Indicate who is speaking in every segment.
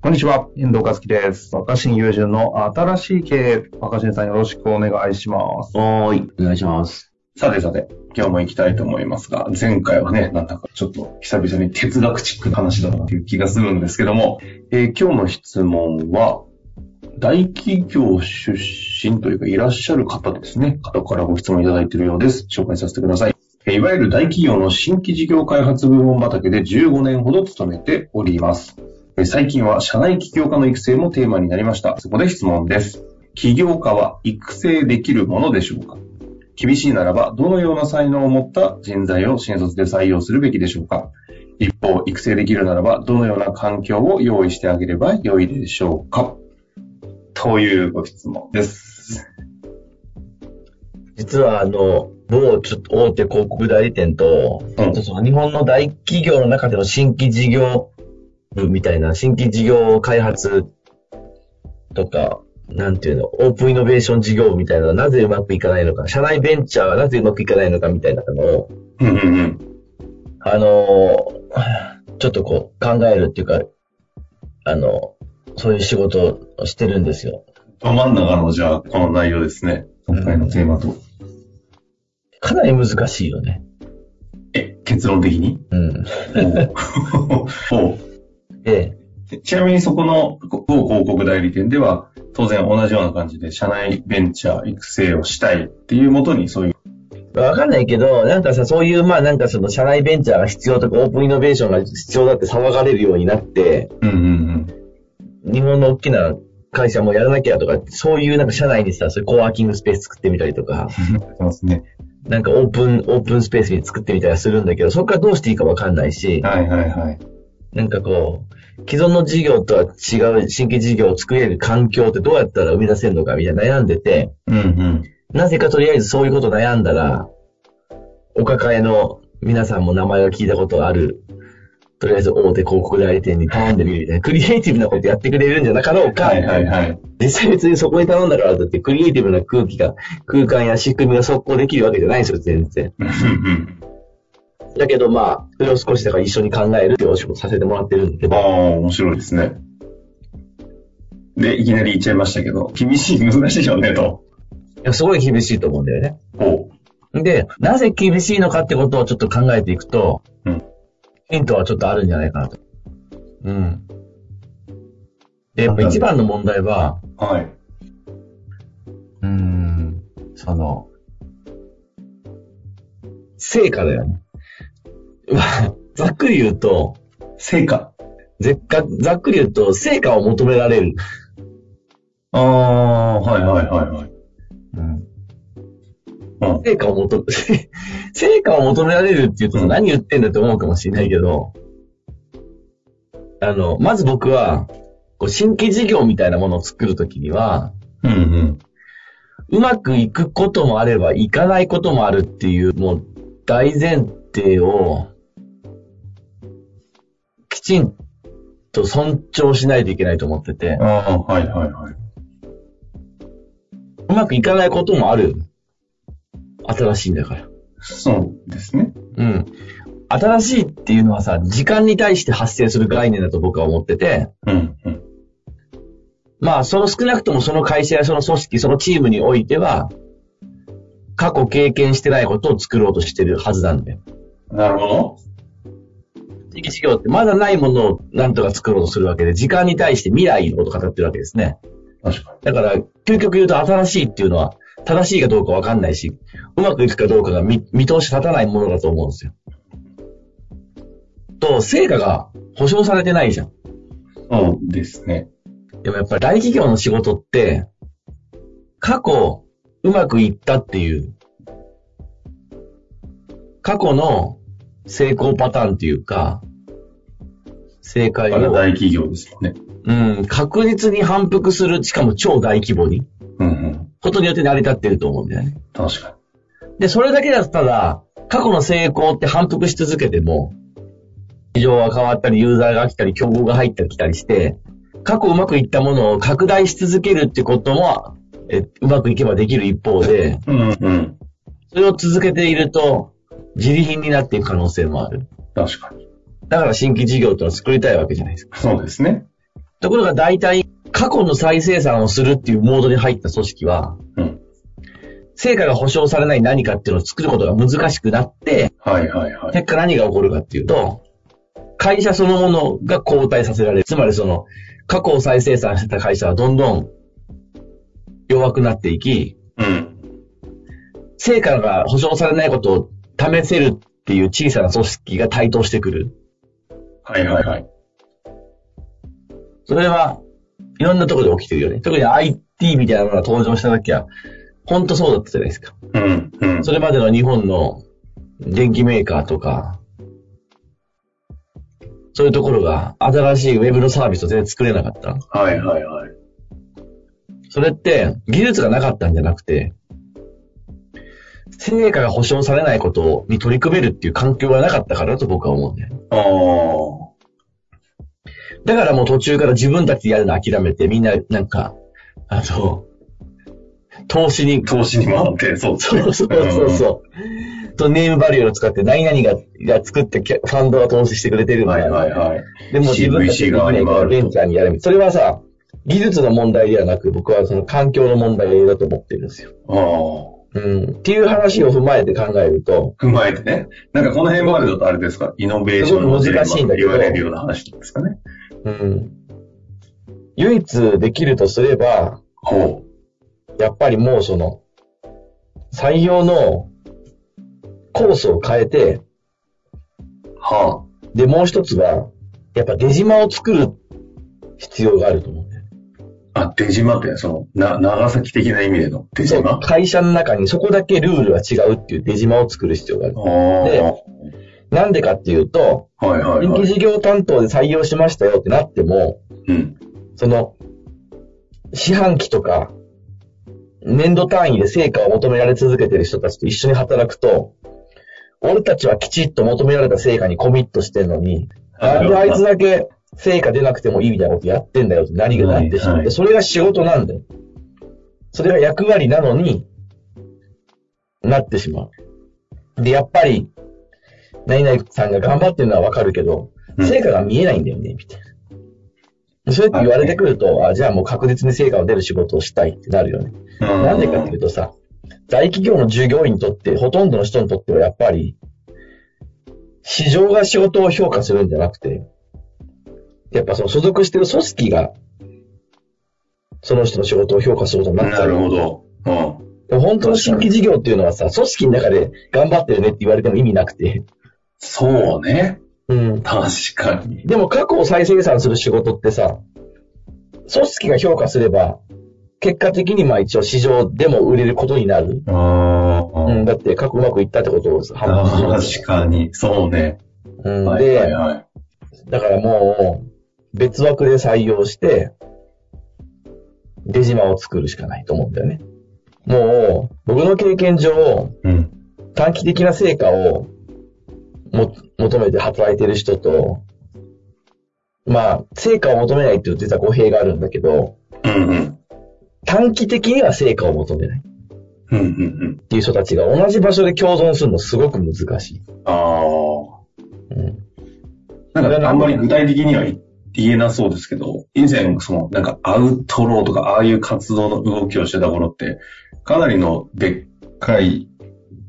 Speaker 1: こんにちは、遠藤和樹です。若新友人の新しい経営、若新さんよろしくお願いします。
Speaker 2: おーい、お願いします。
Speaker 1: さてさて、今日も行きたいと思いますが、前回はね、なんだかちょっと久々に哲学チックな話だなという気がするんですけども、えー今日の質問は、大企業出身というかいらっしゃる方ですね、方からご質問いただいているようです。紹介させてください。えーいわゆる大企業の新規事業開発部門畑で15年ほど勤めております。えー最近は社内起業家の育成もテーマになりました。そこで質問です。起業家は育成できるものでしょうか厳しいならば、どのような才能を持った人材を新卒で採用するべきでしょうか一方、育成できるならば、どのような環境を用意してあげれば良いでしょうかというご質問です。
Speaker 2: 実は、あの、某ちょっと大手広告代理店と、
Speaker 1: うん
Speaker 2: そうそう日本の大企業の中での新規事業部みたいな、新規事業開発とか、なんていうの、オープンイノベーション事業部みたいなのがなぜうまくいかないのか、社内ベンチャーがなぜうまくいかないのかみたいなのを、
Speaker 1: うんうんうん。
Speaker 2: あのーちょっとこう考えるっていうか、あの、そういう仕事をしてるんですよ。
Speaker 1: ど真ん中の、じゃあ、この内容ですね。今回のテーマと。
Speaker 2: かなり難しいよね。
Speaker 1: え、結論的に
Speaker 2: うん。
Speaker 1: おうおう
Speaker 2: で、
Speaker 1: ちなみにそこのこ某広告代理店では、当然同じような感じで、社内ベンチャー育成をしたいっていうもとに、そういう。
Speaker 2: わかんないけど、なんかさ、そういう、まあなんかその、社内ベンチャーが必要とか、オープンイノベーションが必要だって騒がれるようになって、
Speaker 1: うんうん
Speaker 2: 日本の大きな会社もやらなきゃとか、そういうなんか社内にさ、そういうコワーキングスペース作ってみたりとか、
Speaker 1: うん。やってますね。
Speaker 2: なんかオープン、オープンスペースに作ってみたりはするんだけど、そこからどうしていいかわかんないし、
Speaker 1: はいはいはい。
Speaker 2: なんかこう、既存の事業とは違う新規事業を作れる環境ってどうやったら生み出せるのかみたいな悩んでて、
Speaker 1: うんうん。
Speaker 2: なぜかとりあえずそういうこと悩んだら、お抱えの皆さんも名前が聞いたことある、とりあえず大手広告代理店に頼んでみるみたいな、クリエイティブなことやってくれるんじゃなかろうか、
Speaker 1: はいはいはい。
Speaker 2: 実際別にそこに頼んだからだってクリエイティブな空気が、空間や仕組みが速攻できるわけじゃないんですよ、全然。
Speaker 1: うんうん
Speaker 2: だけどまあ、それを少しだから一緒に考えるっていうお仕事させてもらってるんだけ
Speaker 1: うん。あ
Speaker 2: ど、
Speaker 1: あ、面白いですね。で、いきなり言っちゃいましたけど、厳しい、難しいよね、と。
Speaker 2: いやすごい厳しいと思うんだよね。
Speaker 1: おう。
Speaker 2: で、なぜ厳しいのかってことをちょっと考えていくと、
Speaker 1: うん
Speaker 2: ヒントはちょっとあるんじゃないかなと。うん。で、やっぱ一番の問題は、
Speaker 1: はい。
Speaker 2: うん、その、成果だよね。 まあざっくり言うと、
Speaker 1: 成果。
Speaker 2: ぜっかざっくり言うと、成果を求められる。
Speaker 1: ああ、はいはいはいはい。うん。
Speaker 2: 成果を求め、 成果を求められるって言うと
Speaker 1: う
Speaker 2: さ
Speaker 1: ん
Speaker 2: 何言ってんだって思うかもしれないけど、あの、まず僕は、こう新規事業みたいなものを作るときには、
Speaker 1: うんうん。
Speaker 2: うまくいくこともあれば、いかないこともあるっていう、もう大前提を、きちんと尊重しないといけないと思ってて、
Speaker 1: ああ、はいはいはい。
Speaker 2: うまくいかないこともある。新しいんだから。
Speaker 1: そうですね。
Speaker 2: うん。新しいっていうのはさ、時間に対して発生する概念だと僕は思ってて、
Speaker 1: うんうん。
Speaker 2: まあ、その少なくともその会社やその組織、そのチームにおいては、過去経験してないことを作ろうとしてるはずなんだよ。
Speaker 1: なるほど。
Speaker 2: 新規事業ってまだないものをなんとか作ろうとするわけで、時間に対して未来のことを語ってるわけですね。
Speaker 1: 確か
Speaker 2: だから、究極言うと新しいっていうのは、正しいかどうかわかんないし、うまくいくかどうかが見見通し立たないものだと思うんですよ。と、成果が保証されてないじゃん。
Speaker 1: に。そうですね。
Speaker 2: でもやっぱり大企業の仕事って、過去うまくいったっていう、過去の成功パターンっていうか、正
Speaker 1: あ
Speaker 2: 解
Speaker 1: れ
Speaker 2: を、
Speaker 1: 大企業ですよね。
Speaker 2: うん、確実に反復する、しかも超大規模に、
Speaker 1: うんうん。
Speaker 2: ことによって成り立ってると思うんだよね。
Speaker 1: 確か
Speaker 2: で、それだけだったら、過去の成功って反復し続けても、市場は変わったり、ユーザーが来たり、競合が入ったり来たりして、過去うまくいったものを拡大し続けるってことも、えうまくいけばできる一方で、
Speaker 1: に。うんうん。
Speaker 2: それを続けていると、自利品になっていく可能性もある。
Speaker 1: 確かに。
Speaker 2: だから新規事業ってのを作りたいわけじゃないですか。
Speaker 1: そうですね。
Speaker 2: ところが大体、過去の再生産をするっていうモードに入った組織は、
Speaker 1: うん。
Speaker 2: 成果が保証されない何かっていうのを作ることが難しくなって、
Speaker 1: はいはいはい。
Speaker 2: 結果何が起こるかっていうと、会社そのものが後退させられる。つまりその、過去を再生産してた会社はどんどん弱くなっていき、
Speaker 1: うん。
Speaker 2: 成果が保証されないことを試せるっていう小さな組織が台頭してくる。
Speaker 1: はいはいはい。
Speaker 2: それはいろんなところで起きてるよね。特に IT みたいなのが登場した時は、ほんとそうだったじゃないですか。
Speaker 1: うん。うん。
Speaker 2: それまでの日本の電機メーカーとか、そういうところが新しいウェブのサービスを全然作れなかった。
Speaker 1: はいはいはい。
Speaker 2: それって技術がなかったんじゃなくて、成果が保証されないことに取り組めるっていう環境がなかったからだと僕は思うんだよね。
Speaker 1: ああ。
Speaker 2: だからもう途中から自分たちでやるの諦めて、みんななんか、あの、投資に、
Speaker 1: 投資に回って、そうです
Speaker 2: そ
Speaker 1: ね。
Speaker 2: うそうそうそう。と、ネームバリューを使って、何々がが作ってファンドが投資してくれてる
Speaker 1: うんん
Speaker 2: だ
Speaker 1: はい
Speaker 2: よ
Speaker 1: はいはい。
Speaker 2: でも自分たち
Speaker 1: CVC 側に回
Speaker 2: の
Speaker 1: る
Speaker 2: ベンチャーにやる。それはさ、技術の問題ではなく、僕はその環境の問題だと思ってるんですよ。
Speaker 1: ああ。
Speaker 2: うん。っていう話を踏まえて考えると、
Speaker 1: 踏まえてね。なんかこの辺までだとあれですかイノベーションのジレンマって言われるような話なんですかね。
Speaker 2: うん。唯一できるとすれば、
Speaker 1: ほ
Speaker 2: やっぱりもうその、採用のコースを変えて、
Speaker 1: う。は
Speaker 2: で、もう一つは、やっぱ出島を作る必要があると思うんだよね。
Speaker 1: あ。あ、出島って、その、な、長崎的な意味での出
Speaker 2: そう
Speaker 1: 島あ
Speaker 2: 会社の中にそこだけルールは違うっていう出島を作る必要がある
Speaker 1: あ。。は
Speaker 2: なんでかっていうと、
Speaker 1: いはい
Speaker 2: 人
Speaker 1: は
Speaker 2: 気
Speaker 1: い。
Speaker 2: 事業担当で採用しましたよってなっても、
Speaker 1: うん。
Speaker 2: その、四半期とか、年度単位で成果を求められ続けてる人たちと一緒に働くと、俺たちはきちっと求められた成果にコミットしてるのに、なんであいつだけ成果出なくてもいいみたいなことやってんだよって何がなってしまっ
Speaker 1: はいは
Speaker 2: て、
Speaker 1: い
Speaker 2: それが仕事なんだよ。それが役割なのに、なってしまう。で、やっぱり、何々さんが頑張ってるのはわかるけど、
Speaker 1: うん
Speaker 2: 成果が見えないんだよね、みたいな。そうやって言われてくると、あ、じゃあもう確実に成果の出る仕事をしたいってなるよね。な
Speaker 1: なん
Speaker 2: でかっていうとさ、大企業の従業員にとって、ほとんどの人にとってはやっぱり、市場が仕事を評価するんじゃなくて、やっぱその所属してる組織が、その人の仕事を評価することになっち
Speaker 1: な
Speaker 2: ゃう
Speaker 1: るほど。うん。
Speaker 2: でも本当の新規事業っていうのはさ、組織の中で頑張ってるねって言われても意味なくて。
Speaker 1: そうね。
Speaker 2: うん。
Speaker 1: 確かに。
Speaker 2: でも過去を再生産する仕事ってさ、組織が評価すれば、結果的にまあ一応市場でも売れることになる。
Speaker 1: ああ。
Speaker 2: うん、だって過去うまくいったってことを判断するわけ
Speaker 1: 確かに。そうね。
Speaker 2: うん、
Speaker 1: はいはい
Speaker 2: で、
Speaker 1: はい。
Speaker 2: だからもう、別枠で採用して、出島を作るしかないと思うんだよね。もう、僕の経験上、
Speaker 1: うん。
Speaker 2: 短期的な成果をも求めて働いてる人と、まあ、成果を求めないっていう実は語弊があるんだけど、
Speaker 1: うんうん。
Speaker 2: 短期的には成果を求めない
Speaker 1: うんうん
Speaker 2: っていう人たちが同じ場所で共存するのすごく難しい。
Speaker 1: うん。ああ。
Speaker 2: うん。
Speaker 1: なんか、あんまり具体的には言えなそうですけど、以前、その、なんか、アウトローとか、ああいう活動の動きをしてた頃って、かなりのでっかい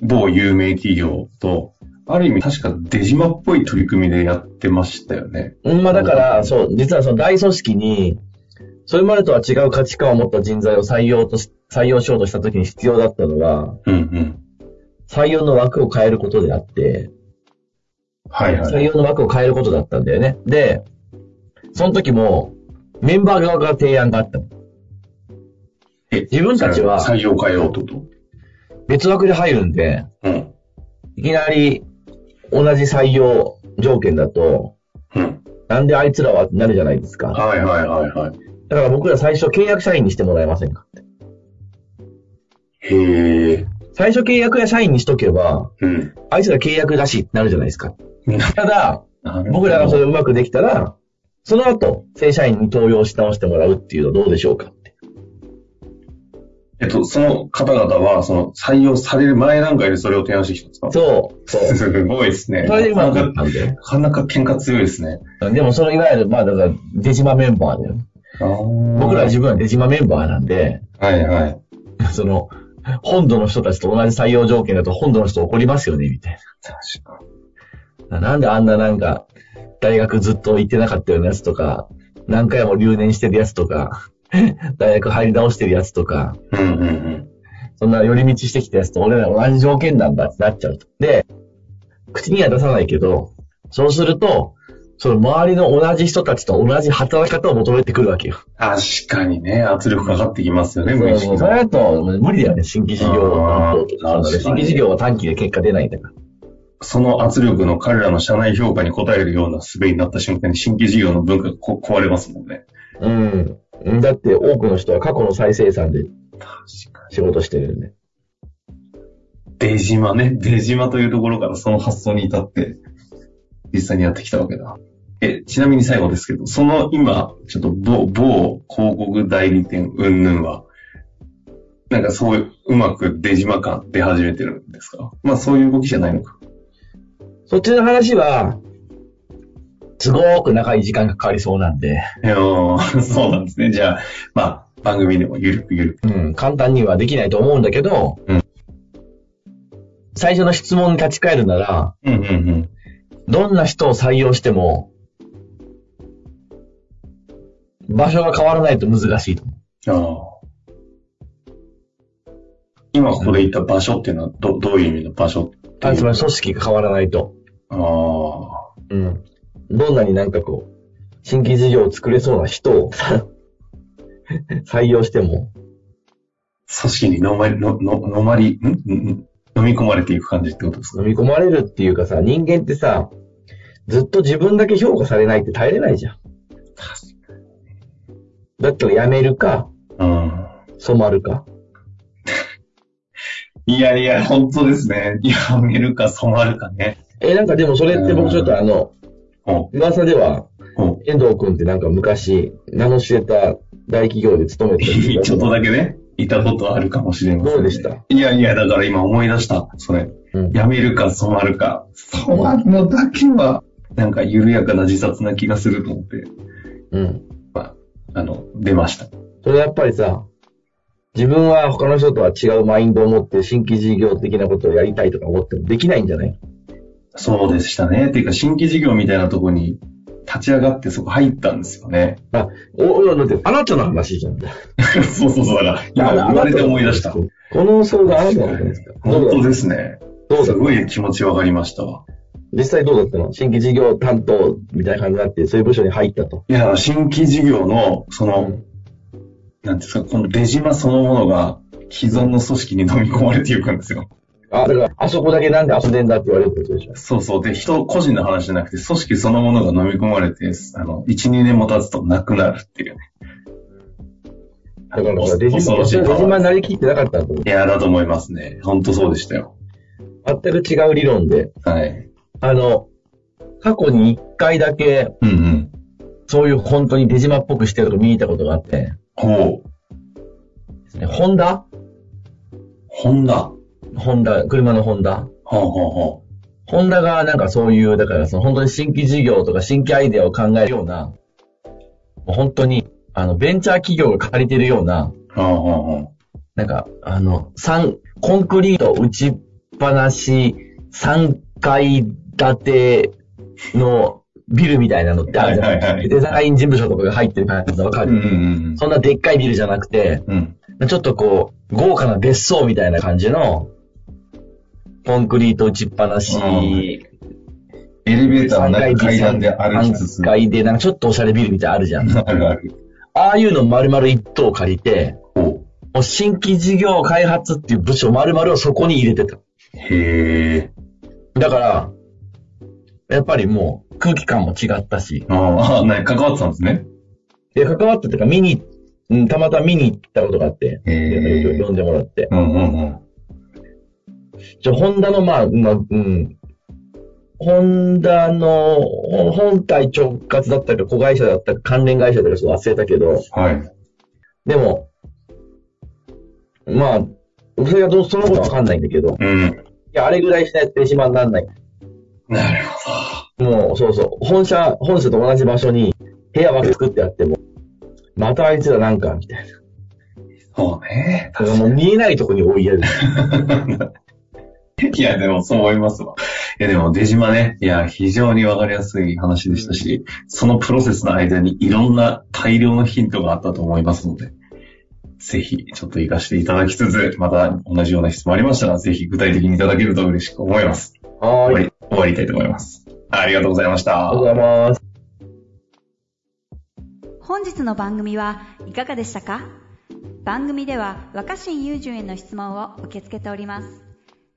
Speaker 1: 某有名企業と、ある意味、確か出島っぽい取り組みでやってましたよね。
Speaker 2: うん、まあだから、そう、実はその大組織に、それまでとは違う価値観を持った人材を採用とし、採用しようとした時に必要だったのは、
Speaker 1: うんうん。
Speaker 2: 採用の枠を変えることであって、
Speaker 1: はいは
Speaker 2: 採
Speaker 1: い。
Speaker 2: 用の枠を変えることだったんだよね。で、その時も、メンバー側から提案があったの。
Speaker 1: え
Speaker 2: 自分たちは
Speaker 1: 採用変えようってこと
Speaker 2: 別枠で入るんで、
Speaker 1: うん。
Speaker 2: いきなり同じ採用条件だと、
Speaker 1: うん。
Speaker 2: なんであいつらはってなるじゃないですか。
Speaker 1: はいはいはいはい。
Speaker 2: だから僕ら最初契約社員にしてもらえませんかって
Speaker 1: へえ。
Speaker 2: 最初契約や社員にしとけば、
Speaker 1: うん。
Speaker 2: あいつら契約だしってなるじゃないですか。ただ、僕らがそれをうまくできたら、その後、正社員に登用し直してもらうっていうのはどうでしょうかって。
Speaker 1: えっと、その方々は、その採用される前段階でそれを提案してきたんですか
Speaker 2: そう。そう。
Speaker 1: すごいですね。
Speaker 2: それで今
Speaker 1: な
Speaker 2: 分
Speaker 1: かな
Speaker 2: かったんで。
Speaker 1: かなか喧嘩強いですね。
Speaker 2: でもそのいわゆる、まあだから、出島メンバーだよ。僕
Speaker 1: 僕
Speaker 2: らは自分は出島メンバーなんで、
Speaker 1: はいはい。
Speaker 2: その、本土の人たちと同じ採用条件だと本土の人怒りますよね、みたい
Speaker 1: 確か
Speaker 2: な。なんであんななんか、大学ずっと行ってなかったようなやつとか、何回も留年してるやつとか、大学入り直してるやつとか、
Speaker 1: に。うんうんうん。
Speaker 2: そんな寄り道してきたやつと俺ら同じ条件なんだってなっちゃうと。で、口には出さないけど、そうすると、その周りの同じ人たちと同じ働き方を求めてくるわけよ。
Speaker 1: 確かにね、圧力かかってきますよね、無意識
Speaker 2: そうそれ
Speaker 1: の。
Speaker 2: だと無理だよね、新規事業
Speaker 1: あー
Speaker 2: の担当とか。新規事業は短期で結果出ないんだから。
Speaker 1: その圧力の彼らの社内評価に応えるような術になった瞬間に新規事業の文化がこ壊れますもんね。
Speaker 2: うん。だって多くの人は過去の再生産で
Speaker 1: 確か
Speaker 2: 仕事してるんで。
Speaker 1: に。出島ね。出島というところからその発想に至って、実際にやってきたわけだ。え、ちなみに最後ですけど、その今、ちょっと某、某広告代理店云々は、なんかそういう、うまく出島感出始めてるんですかまあそういう動きじゃないのか。
Speaker 2: そっちの話は、すごく長い時間がかかりそうなんで、
Speaker 1: いやーそうなんですね。じゃあ、まあ、番組でもゆるくゆるく。
Speaker 2: うん、簡単にはできないと思うんだけど、
Speaker 1: うん
Speaker 2: 最初の質問に立ち返るなら、
Speaker 1: うんうんうん。
Speaker 2: どんな人を採用しても、場所が変わらないと難しいと思う。
Speaker 1: あー今ここで言った場所っていうのは、ど、どういう意味の場所って
Speaker 2: あ
Speaker 1: い
Speaker 2: つ
Speaker 1: う
Speaker 2: まり組織が変わらないと。
Speaker 1: ああ。
Speaker 2: うん。どんなになんかこう、新規事業を作れそうな人を採用しても、
Speaker 1: 組織にのまり、の、の、のまり、んんん飲み込まれていく感じってことですか
Speaker 2: 飲み込まれるっていうかさ、人間ってさ、ずっと自分だけ評価されないって耐えれないじゃん。だったら辞めるか、
Speaker 1: うん。
Speaker 2: 染まるか。
Speaker 1: いやいや、本当ですね。やめるか染まるかね。
Speaker 2: え、なんかでもそれって僕ちょっとあの、
Speaker 1: ほ
Speaker 2: 噂では、
Speaker 1: う、ほ
Speaker 2: 遠藤くんってなんか昔、名の知れた大企業で勤 め
Speaker 1: う。
Speaker 2: てた時
Speaker 1: ちょっとだけね、いたことあるかもしれません、
Speaker 2: どうでした
Speaker 1: いやいや、だから今思い出した。それ。
Speaker 2: うん
Speaker 1: やめるか染まるか。染まるのだけは、なんか緩やかな自殺な気がすると思って、
Speaker 2: うん。
Speaker 1: あの、出ました。
Speaker 2: それやっぱりさ、自分は他の人とは違うマインドを持って新規事業的なことをやりたいとか思ってもできないんじゃない
Speaker 1: そうでしたね。っていうか、新規事業みたいなとこに立ち上がってそこ入ったんですよね。
Speaker 2: あ、お、お、だって、あなたの話じゃん。
Speaker 1: そうそうそう。だから、今言われて思い出した。
Speaker 2: この相談あなたの話じゃないですか。ど
Speaker 1: 本
Speaker 2: う
Speaker 1: 当
Speaker 2: だ
Speaker 1: ですね。
Speaker 2: どう
Speaker 1: す
Speaker 2: だ
Speaker 1: ごい気持ちわかりましたわ。
Speaker 2: 実際どうだったの新規事業担当みたいな感じになって、そういう部署に入ったと。
Speaker 1: いや、新規事業の、その、
Speaker 2: うん
Speaker 1: なんていうんですか、この出島そのものが、既存の組織に飲み込まれていくんですよ。
Speaker 2: あ、だから、あそこだけなんで遊んでんだって言われるってことでしょ。
Speaker 1: そうそう。で、人、個人の話じゃなくて、組織そのものが飲み込まれて、あの、1、2年も経つとなくなるっていうね。
Speaker 2: だから、ほら
Speaker 1: 恐
Speaker 2: 出
Speaker 1: 恐
Speaker 2: 島、
Speaker 1: ろしい
Speaker 2: 出
Speaker 1: パワー
Speaker 2: 島になりきってなかったと。
Speaker 1: いや、だと思いますね。ほんとそうでしたよ。
Speaker 2: 全く違う理論で、
Speaker 1: はい。
Speaker 2: あの、過去に一回だけ、
Speaker 1: うんうん。
Speaker 2: そういう本当に出島っぽくしてると見に行ったことがあって、
Speaker 1: ほう。
Speaker 2: ホンダ
Speaker 1: ホンダ。ほ
Speaker 2: ホンダ、車のホンダ
Speaker 1: うほうほう。
Speaker 2: ホンダがなんかそういう、だからその本当に新規事業とか新規アイデアを考えるような、もう本当に、あの、ベンチャー企業が借りてるような、
Speaker 1: ほうほうほ
Speaker 2: なんか、あの、三、コンクリート打ちっぱなし、3階建てのビルみたいなのってあるじゃ
Speaker 1: はいはいは
Speaker 2: ないいデザイン事務所とかが入ってる感じのわか
Speaker 1: う。
Speaker 2: る、
Speaker 1: うんうん
Speaker 2: そんなでっかいビルじゃなくて、
Speaker 1: うん。うん。
Speaker 2: ちょっとこう、豪華な別荘みたいな感じの、コンクリート打ちっぱなし、
Speaker 1: うんエレベーターの中階段で歩きつつ。
Speaker 2: 3
Speaker 1: ある
Speaker 2: 階で、なんかちょっとおしゃれビルみたいなのあるじゃん。
Speaker 1: ある。
Speaker 2: ああいうの丸々一棟借りて、
Speaker 1: ほう。
Speaker 2: もう新規事業開発っていう部署丸々をそこに入れてた。
Speaker 1: へえ。
Speaker 2: だから、やっぱりもう空気感も違ったし、
Speaker 1: ああ、ね、関わってたんですね。
Speaker 2: で、関わったというか見に、うん、たまたま見に行ったことがあって、
Speaker 1: へえ。
Speaker 2: 呼んでもらって。
Speaker 1: うんうんうん。
Speaker 2: じゃあ、ホンダの、まあ、まあ、うん。ホンダの、ほ本体直轄だったり、子会社だったり、関連会社だったり、忘れたけど、
Speaker 1: はい。
Speaker 2: でも、うまあ、それがどう、そのことはわかんないんだけど、い
Speaker 1: うん。
Speaker 2: や、あれぐらいしないと手島にならない。
Speaker 1: なるほ
Speaker 2: もう、そうそう、本社、本社と同じ場所に部屋ばっか作ってあっても、またあいつらなんか、みたいな。
Speaker 1: ど。そうね。
Speaker 2: だからもう見えないとこに追いやる。
Speaker 1: いや、でもそう思いますわ。いや、でも出島ね、いや、非常にわかりやすい話でしたし、そのプロセスの間にいろんな大量のヒントがあったと思いますので、ぜひ、ちょっと活かしていただきつつ、また同じような質問ありましたら、ぜひ具体的にいただけると嬉しく思います。
Speaker 2: は
Speaker 1: 終わ
Speaker 2: ーい。
Speaker 1: り、終わりたいと思います。ありがとうございまし
Speaker 2: あ
Speaker 1: た
Speaker 2: りがとう。ございます。
Speaker 3: 本日の番組はいかがでしたか番組では若新雄純への質問を受け付けております。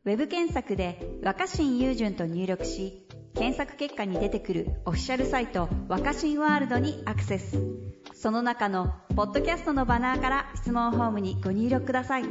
Speaker 3: ウェブ検索で若新雄純と入力し、検索結果に出てくるオフィシャルサイト若新ワールドにアクセス。その中のポッドキャストのバナーから質問フォームにご入力ください。